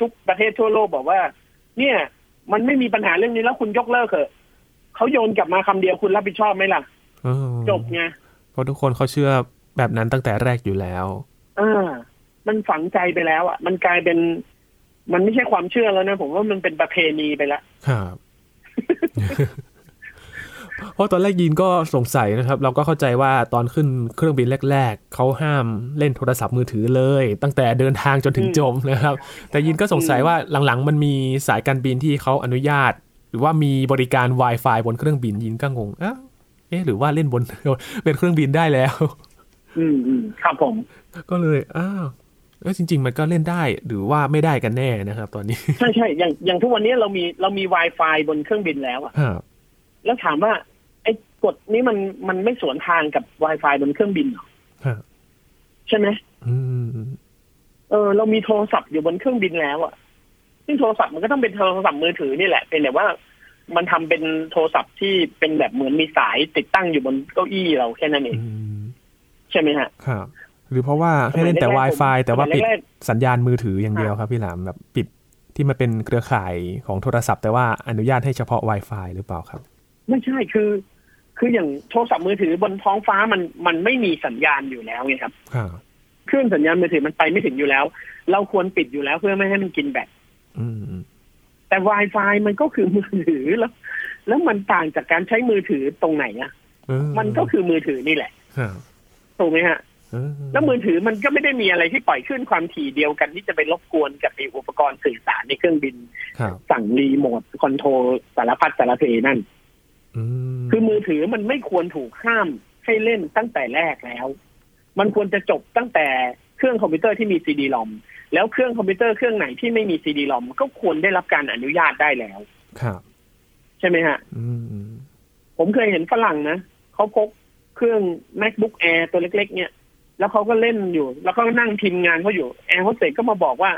Speaker 2: ทุกประเทศทั่วโลกบอกว่า เนี่ย มันไม่มีปัญหาเรื่องนี้แล้วคุณยกเลิกเถอะเขาโยนกลับมาคำเดียวคุณรับผิดชอบไหมล่ะ
Speaker 1: อ๋อ
Speaker 2: จบไง
Speaker 1: เพราะทุกคนเขาเชื่อแบบนั้นตั้งแต่แรกอยู่แล้ว
Speaker 2: อ่า มันฝังใจไปแล้วอ่ะมันกลายเป็น มันไม่ใช่ความเชื่อแล้วนะ ผมว่ามันเป็นประเพณีไปละ
Speaker 1: ครับ [laughs] เพราะตอนแรกยินก็สงสัยนะครับ เราก็เข้าใจว่าตอนขึ้นเครื่องบินแรก ๆเขาห้ามเล่นโทรศัพท์มือถือเลย ตั้งแต่เดินทางจนถึงจมนะครับ แต่ยินก็สงสัยว่าหลังๆ มันมีสายการบินที่เขาอนุญาต หรือว่ามีบริการ Wi-Fi บนเครื่องบินยินก็งงเอ๊ะเอ๊ะหรือว่าเล่นบ [laughs] น เป็นเครื่องบินได้แล้ว
Speaker 2: อืมอืมครับผม
Speaker 1: ก็เลยอ้าวเอ้ยจริง ๆ มันก็เล่นได้หรือว่าไม่ได้กันแน่นะครับ ตอนนี้
Speaker 2: ใช่ใช่อย่างอย่างทุกวันนี้เรามีเรามี Wi-Fi บนเครื่องบินแล้วอะ
Speaker 1: [laughs] ครับ
Speaker 2: แล้วถามว่าไอ้กฎนี้มันมันไม่สวนทางกับ Wi-Fi บนเครื่องบินเหรอ
Speaker 1: ครับ
Speaker 2: ใช่ไหม
Speaker 1: อืม
Speaker 2: เออเรามีโทรศัพท์อยู่บนเครื่องบินแล้วอะซึ่งโทรศัพท์มันก็ต้องเป็นโทรศัพท์มือถือนี่แหละ เป็นแต่ว่ามันทำเป็นโทรศัพท์ที่เป็นแบบเหมือนมีสายติดตั้งอยู่บนเก้าอี้เราแค่นั้นเอ
Speaker 1: อื
Speaker 2: ง
Speaker 1: ม
Speaker 2: ใช่ไหมฮะ
Speaker 1: ครับหรือเพราะว่าให้เล่นแต่
Speaker 2: สมัยแรกๆผม
Speaker 1: Wi-Fi แต่ว่าปิด
Speaker 2: สมัยแรก
Speaker 1: สัญญาณมือถืออย่างเดียวครับพี่หลามแบบปิดที่มันเป็นเครือข่ายของโทรศัพท์ แต่ว่าอนุญาตให้เฉพาะ Wi-Fi หรือเปล่าครับ
Speaker 2: ไม่ใช่คือ คืออย่างโทรศัพท์มือถือบนท้องฟ้ามันมันไม่มีสัญญาณอยู่แล้วไงครับ
Speaker 1: ค่ะ
Speaker 2: เครื่องสัญญาณมือถือมันไปไม่ถึงอยู่แล้ว เราควรปิดอยู่แล้วเพื่อไม่ให้มันกินแบต
Speaker 1: อืม
Speaker 2: แต่ Wi-Fi มันก็คือมือถือแล้ว แล้วมันต่างจากการใช้มือถือตรงไหนอะ
Speaker 1: เออ
Speaker 2: มันก็คือมือถือนี่แหละ
Speaker 1: ค่ะ
Speaker 2: ถูกไหมฮะ
Speaker 1: เออ
Speaker 2: แล้วมือถือมันก็ไม่ได้มีอะไรที่ปล่อยขึ้นความถี่เดียวกันที่จะไปรบกวนกับไอ้อุปกรณ์สื่อสารในเครื่องบิน
Speaker 1: ครับ
Speaker 2: สั่งรีโมทคอนโทรลสารพัดสารเพนั่น
Speaker 1: อืม
Speaker 2: คือมือถือมันไม่ควรถูกห้ามให้เล่นตั้งแต่แรกแล้ว มันควรจะจบตั้งแต่เครื่องคอมพิวเตอร์ที่มีซีดีลอมแล้วเครื่องคอมพิวเตอร์เครื่องไหนที่ไม่มีซีดีลอมก็ควรได้รับการอนุญาตได้แล้ว
Speaker 1: ครับ
Speaker 2: ใช่ไหมฮะ
Speaker 1: อืมอืม
Speaker 2: ผมเคยเห็นฝรั่งนะเขาพกเครื่อง macbook air ตัวเล็ก ๆ เนี่ย แล้วเขาก็เล่นอยู่ แล้วเขาก็นั่งพิมพ์งานเขาอยู่แอร์โฮสเตสก็มาบอกว่า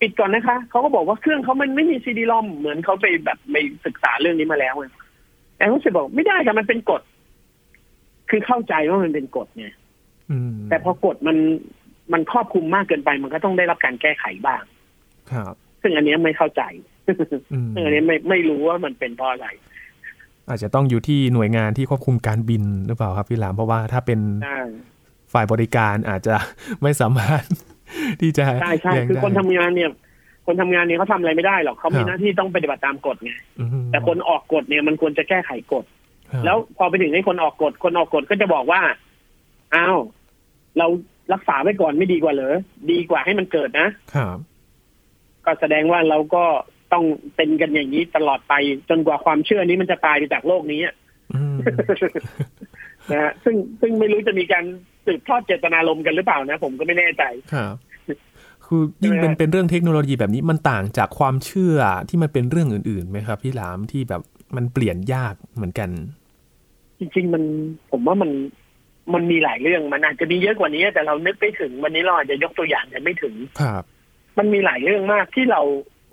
Speaker 2: ปิดก่อนนะคะเขาก็บอกว่าเครื่องเขามันไม่มีซีดีลอมเหมือนเขาไปแบบไปศึกษาเรื่องนี้มาแล้วไงแอร์โฮสเตสบอกไม่ได้ค่ะมันเป็นกฎ คือเข้าใจว่ามันเป็นกฎไง
Speaker 1: อืม
Speaker 2: แต่พอกฎมันมันครอบคลุมมากเกินไป มันก็ต้องได้รับการแก้ไขบ้าง
Speaker 1: ครับ
Speaker 2: ซึ่งอันเนี้ยไม่เข้าใจ
Speaker 1: อืม
Speaker 2: ซึ่งอันเนี้ยไม่ไม่รู้ว่ามันเป็นเพราะอะไร
Speaker 1: อาจจะต้องอยู่ที่หน่วยงานที่ควบคุมการบินหรือเปล่าครับพี่หลามเพราะว่าถ้าเป็น
Speaker 2: ใช่
Speaker 1: ฝ่ายบริการอาจจะ ไม่สามารถ ที่จะ
Speaker 2: ใช่ใช่
Speaker 1: เลี้ยง
Speaker 2: คือ
Speaker 1: ได้
Speaker 2: คนทำงานเนี่ย คนทำงานเนี่ยเขาทำอะไรไม่ได้หรอกเขา
Speaker 1: ครั
Speaker 2: มี
Speaker 1: บ
Speaker 2: หน้าที่ต้องปฏิบัติตามกฎไง
Speaker 1: อืม
Speaker 2: แต่คนออกกฎเนี่ยมันควรจะแก้ไขกฎ
Speaker 1: ครับ
Speaker 2: แล้วพอไปถึงให้คนออกกฎ คนออกกฎก็จะบอกว่าอ้าวเรารักษาไว้ก่อนไม่ดีกว่าเหรอดีกว่าให้มันเกิดนะครับ ก็แสดงว่าเราก็ต้องเป็นกันอย่างนี้ตลอดไปจนกว่าความเชื่อนี้มันจะตายไปจากโลกนี้อะ
Speaker 1: อืม
Speaker 2: [laughs] นะฮะซึ่งซึ่งไม่รู้จะมีการสืบทอดเจตนารมณ์กันหรือเปล่านะ ผมก็ไม่แน่ใจ
Speaker 1: ครับ คือยิ่งเป็นเป็นเรื่องเทคโนโลยีแบบนี้มันต่างจากความเชื่อที่มันเป็นเรื่องอื่นๆไหมครับ พี่หลามที่แบบมันเปลี่ยนยากเหมือนกัน
Speaker 2: จริงๆมันผมว่ามันมันมีหลายเรื่องมันอาจจะมีเยอะกว่านี้ แต่เรานึกไม่ถึงวันนี้เราอาจจะยกตัวอย่างแต่ไม่ถึง
Speaker 1: ครับ
Speaker 2: มันมีหลายเรื่องมากที่เรา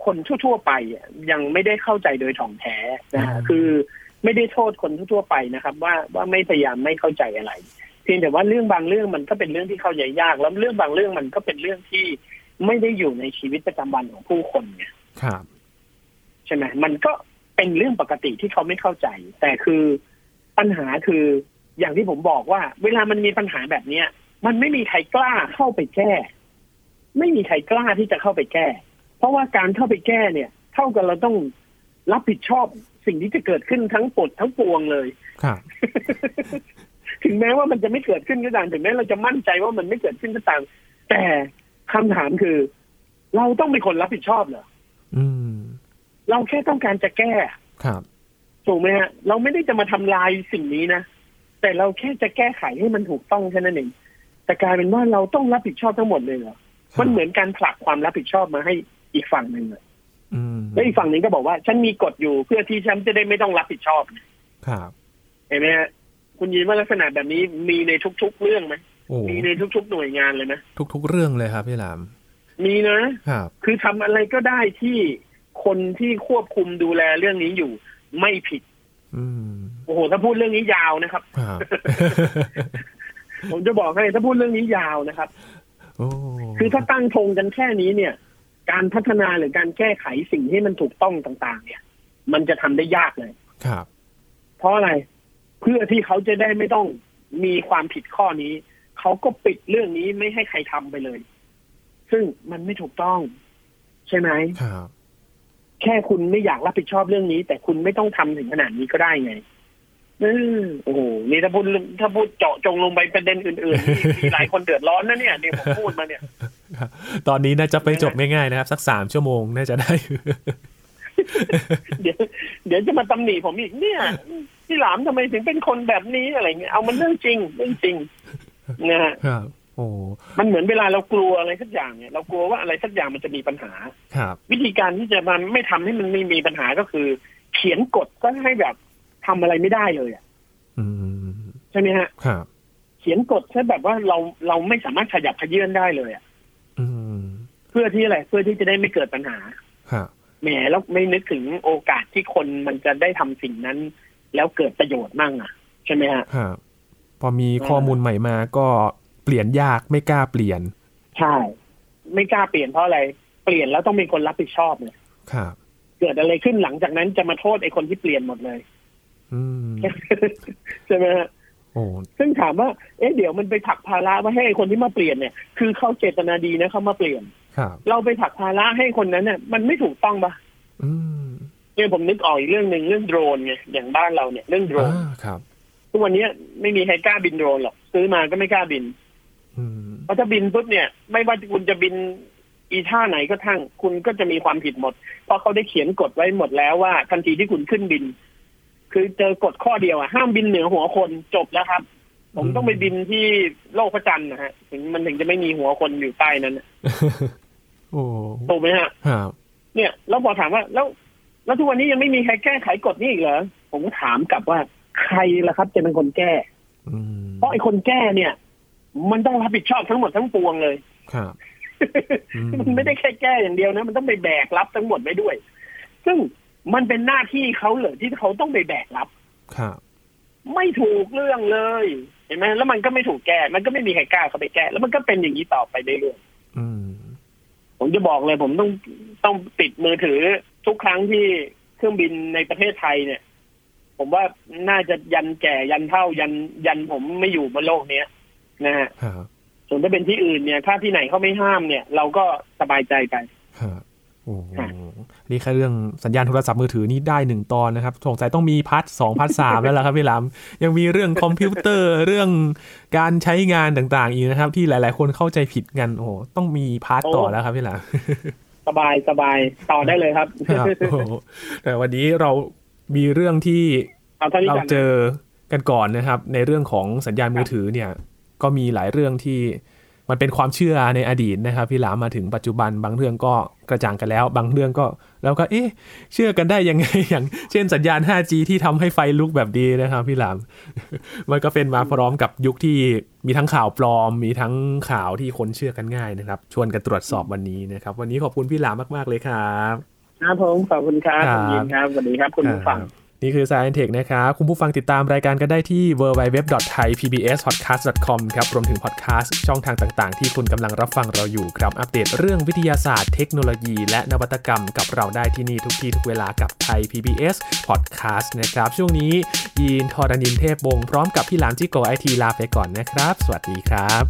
Speaker 2: คนทั่วๆไปอ่ะยังไม่ได้เข้าใจโดยถ่องแท้นะฮะ
Speaker 1: อืม
Speaker 2: คือไม่ได้โทษคนทั่วๆไปนะครับ ว่าว่าไม่พยายามไม่เข้าใจอะไรเพียงแต่ว่าเรื่องบางเรื่องมันก็เป็นเรื่องที่เข้าใจยากแล้วเรื่องบางเรื่องมันก็เป็นเรื่องที่ไม่ได้อยู่ในชีวิตประจำวันของผู้คนไง
Speaker 1: ครับ
Speaker 2: ใช่ไหมมันก็เป็นเรื่องปกติที่เขาไม่เข้าใจ แต่คือปัญหาคืออย่างที่ผมบอกว่า เวลามันมีปัญหาแบบเนี้ย มันไม่มีใครกล้าเข้าไปแก้ ไม่มีใครกล้าที่จะเข้าไปแก้ เพราะว่าการเข้าไปแก้เนี่ย เท่ากับเราต้องรับผิดชอบสิ่งที่จะเกิดขึ้นทั้งปดทั้งปวงเลย
Speaker 1: ครับ
Speaker 2: ถึงแม้ว่ามันจะไม่เกิดขึ้นก็ตามถึงแม้เราจะมั่นใจว่ามันไม่เกิดขึ้นก็ตามแต่คำถามคือ เราต้องเป็นคนรับผิดชอบเหรอ
Speaker 1: อืม
Speaker 2: เราแค่ต้องการจะแก้
Speaker 1: ครับ
Speaker 2: ถูกไหมฮะเราไม่ได้จะมาทำลายสิ่งนี้นะ แต่เราแค่จะแก้ไขให้มันถูกต้องแค่นั้นเองแต่กลายเป็นว่าเราต้องรับผิดชอบทั้งหมดเลยเหรอมันเหมือนการผลักความรับผิดชอบมาให้อีกฝั่งหนึ่งอะ
Speaker 1: อืม
Speaker 2: แล้วอีกฝั่งหนึ่งก็บอกว่า ฉันมีกฎอยู่เพื่อที่ฉันจะได้ไม่ต้องรับผิดชอบ
Speaker 1: ครับ
Speaker 2: เห็นไหมฮะคุณยินว่าลักษณะแบบนี้มีในทุก ๆ เรื่องไหม
Speaker 1: โอ้
Speaker 2: มีในทุก ๆ หน่วยงานเลยไหม
Speaker 1: ทุก ๆ เรื่องเลยครับพี่หลาม
Speaker 2: มีนะ
Speaker 1: ครับ
Speaker 2: คือทำอะไรก็ได้ที่คนที่ควบคุมดูแลเรื่องนี้อยู่ ไม่ผิด
Speaker 1: อืม
Speaker 2: โอ้โหถ้าพูดเรื่องนี้ยาวนะครับ
Speaker 1: ค
Speaker 2: [laughs]
Speaker 1: รับ
Speaker 2: ผมจะบอกให้ถ้าพูดเรื่องนี้ยาวนะครับ
Speaker 1: โอ้
Speaker 2: คือถ้าตั้งธงกันแค่นี้เนี่ย การพัฒนาหรือการแก้ไขสิ่งที่มันถูกต้องต่าง ๆ เนี่ย มันจะทำได้ยากเลย
Speaker 1: ครับ
Speaker 2: เพราะอะไรเพื่อที่เขาจะได้ไม่ต้องมีความผิดข้อนี้ เขาก็ปิดเรื่องนี้ไม่ให้ใครทำไปเลย ซึ่งมันไม่ถูกต้อง ใช่ไหม
Speaker 1: ครับ
Speaker 2: แค่คุณไม่อยากรับผิดชอบเรื่องนี้ แต่คุณไม่ต้องทำถึงขนาดนี้ก็ได้ไงเออโอ้โหนี่ถ้าพูดถ้าพูดเจาะจงลงไปประเด็นอื่นๆนี่มีหลายคนเดือดร้อนนะเนี่ยเนี่ยผมพูดมาเนี่ย
Speaker 1: ตอนนี้น่าจะไปจบไม่ง่ายนะครับ สักสามชั่วโมงน่าจะได้ [laughs]
Speaker 2: เดี๋ยวเดี๋ยวจะมาตำหนิผมอีกเนี่ยพี่หลามทำไมถึงเป็นคนแบบนี้อะไรเงี้ยเอามันเรื่องจริงเรื่องจริงนะฮะ
Speaker 1: ครับ โอ้
Speaker 2: มันเหมือนเวลาเรากลัวอะไรสักอย่างเนี่ยเรากลัวว่าอะไรสักอย่างมันจะมีปัญหา
Speaker 1: ครับ
Speaker 2: วิธีการที่จะมันไม่ทำให้มันไม่มีปัญหาก็คือ เขียนกฎก็ให้แบบทำอะไรไม่ได้เลยอะ
Speaker 1: อืม
Speaker 2: ใช่ไหมฮะ
Speaker 1: ครับ
Speaker 2: เขียนกฎใช่แบบว่าเราเราไม่สามารถขยับขยื่นได้เลยอะ
Speaker 1: อืม
Speaker 2: เพื่อที่อะไรเพื่อที่จะได้ไม่เกิดปัญหา
Speaker 1: ครับ
Speaker 2: แหมแล้วไม่นึกถึงโอกาสที่คนมันจะได้ทำสิ่งนั้น แล้วเกิดประโยชน์มั่งอ่ะ ใช่ไหมฮะ
Speaker 1: ครับพอมีข้อมูลใหม่มาก็เปลี่ยนยากไม่กล้าเปลี่ยน
Speaker 2: ใช่ ไม่กล้าเปลี่ยนเพราะอะไร เปลี่ยนแล้วต้องมีคนรับผิดชอบเลย
Speaker 1: ครับ
Speaker 2: เกิดอะไรขึ้นหลังจากนั้นจะมาโทษไอ้คนที่เปลี่ยนหมดเลย [laughs]
Speaker 1: อืม
Speaker 2: ใช่ไหมฮะ
Speaker 1: โอ้
Speaker 2: ซึ่งถามว่าเอ๊ะเดี๋ยวมันไปผลักภาระไว่าให้ไอ้คนที่มาเปลี่ยนเนี่ยคือเขาเจตนาดีนะเขามาเปลี่ยน
Speaker 1: ครับ
Speaker 2: เราไปผลักภาระให้คนนั้นเนี่ยมันไม่ถูกต้องปะ
Speaker 1: อืม
Speaker 2: เนี่ยผมนึกออกอีกเรื่องหนึ่งเรื่องโดรนไงอย่างบ้านเราเนี่ยเรื่องโดรน
Speaker 1: อ่าครับ
Speaker 2: ทุกวันนี้ไม่มีใครกล้าบินโดรนหรอกซื้อมาก็ไม่กล้าบิน
Speaker 1: อืม [laughs]
Speaker 2: เพราะถ้าบินปุ๊บเนี่ย ไม่ว่าคุณจะบินอีท่าไหนก็ทั้งคุณก็จะมีความผิดหมด เพราะเขาได้เขียนกฎไว้หมดแล้วว่า ทันทีที่คุณขึ้นบิน คือเจอกฎข้อเดียวอะห้ามบินเหนือหัวคนจบแล้วครับ ผมต้องไปบินที่โลกพระจันทร์นะฮะถึงมันถึงจะไม่มีหัวคนอยู่ใต้นั้นน่ะ
Speaker 1: โอ้
Speaker 2: ถูกไหมฮะ
Speaker 1: ครับ
Speaker 2: เนี่ยแล้วพอถามว่าแล้ว แล้วทุกวันนี้ยังไม่มีใครแก้ไขกฎนี้อีกเหรอผมก็ถามกลับว่าใครล่ะครับ จะเป็นคนแก้
Speaker 1: อืม
Speaker 2: เพราะไอ้คนแก้เนี่ย มันต้องรับผิดชอบทั้งหมดทั้งปวงเลย
Speaker 1: ครับอื
Speaker 2: [laughs] มันไม่ได้แค่แก้อย่างเดียวนะ มันต้องไปแบกรับทั้งหมดไปด้วย ซึ่งมันเป็นหน้าที่เขาเหรอที่เขาต้องไปแบกรับ
Speaker 1: ครับ
Speaker 2: ไม่ถูกเรื่องเลย เห็นไหมแล้วมันก็ไม่ถูกแก้ มันก็ไม่มีใครกล้าเข้าไปแก้ แล้วมันก็เป็นอย่างนี้ต่อไปเรื่อย
Speaker 1: อืม
Speaker 2: ๆผมจะบอกเลย ผมต้องต้องติดมือถือทุกครั้งที่เครื่องบินในประเทศไทยเนี่ย ผมว่าน่าจะยันแก่ยันเท่ายันยันผมไม่อยู่บนโลกเนี้ยนะฮะ
Speaker 1: ครับ
Speaker 2: ส่วนถ้าเป็นที่อื่นเนี่ย ถ้าที่ไหนเขาไม่ห้ามเนี่ย เราก็สบายใจไป
Speaker 1: ครับโอ้
Speaker 2: ค่ะ
Speaker 1: นี่แค่เรื่องสัญญาณโทรศัพท์มือถือนี่ได้หนึ่งตอนนะครับสงสัยต้องมีพาร์ทสองพาร์ทสามแล้วล่ะครับพี่หลามยังมีเรื่องคอมพิวเตอร์ เรื่องการใช้งานต่างๆอีกนะครับ ที่หลายๆ คนเข้าใจผิดกันโอ้โหต้องมีพาร์ทต่อแล้วครับพี่หลาม [laughs]
Speaker 2: สบายสบายต่อได้เลยครับ
Speaker 1: ครับโอ้โหแต่วันนี้เรามีเรื่องที่
Speaker 2: เอาเท่านี้
Speaker 1: เรา
Speaker 2: ก่อน
Speaker 1: เจอกันก่อนนะครับ ในเรื่องของสัญญาณมือถือเนี่ย ก็มีหลายเรื่องที่มันเป็นความเชื่อในอดีตนะครับ พี่หลามมาถึงปัจจุบันบางเรื่องก็กระจ่างกันแล้ว บางเรื่องก็แล้วก็เอ๊ะ เชื่อกันได้ยัง [laughs] ไง อย่างเช่นสัญญาณ 5G ที่ทำให้ไฟลุกแบบดีนะครับพี่หลาม [laughs] มันก็เป็นมาพร้อมกับยุคที่มีทั้งข่าวปลอม มีทั้งข่าวที่คนเชื่อกันง่ายนะครับ ชวนกันตรวจสอบวันนี้นะครับ วันนี้ขอบคุณพี่หลามมากๆเลยครับ
Speaker 2: ครับผมขอบคุณครับ
Speaker 1: ครับ
Speaker 2: คุณยินครับสวัสดีครับคุณผู้ฟั
Speaker 1: ค
Speaker 2: ง
Speaker 1: รับนี่คือ Science Tech นะครับ คุณผู้ฟังติดตามรายการก็ได้ที่ www.thaipbspodcast.com ครับ รวมถึงพอดแคสต์ช่องทางต่างๆ ที่คุณกำลังรับฟังเราอยู่ครับ อัปเดตเรื่องวิทยาศาสตร์ เทคโนโลยี และนวัตกรรมกับเราได้ที่นี่ทุกที่ทุกเวลากับไทย PBS Podcast นะครับ ช่วงนี้ยีนทอรานินเทพวงศ์พร้อมกับพี่หลามจิโกไอทีลาไปก่อนนะครับ สวัสดีครับ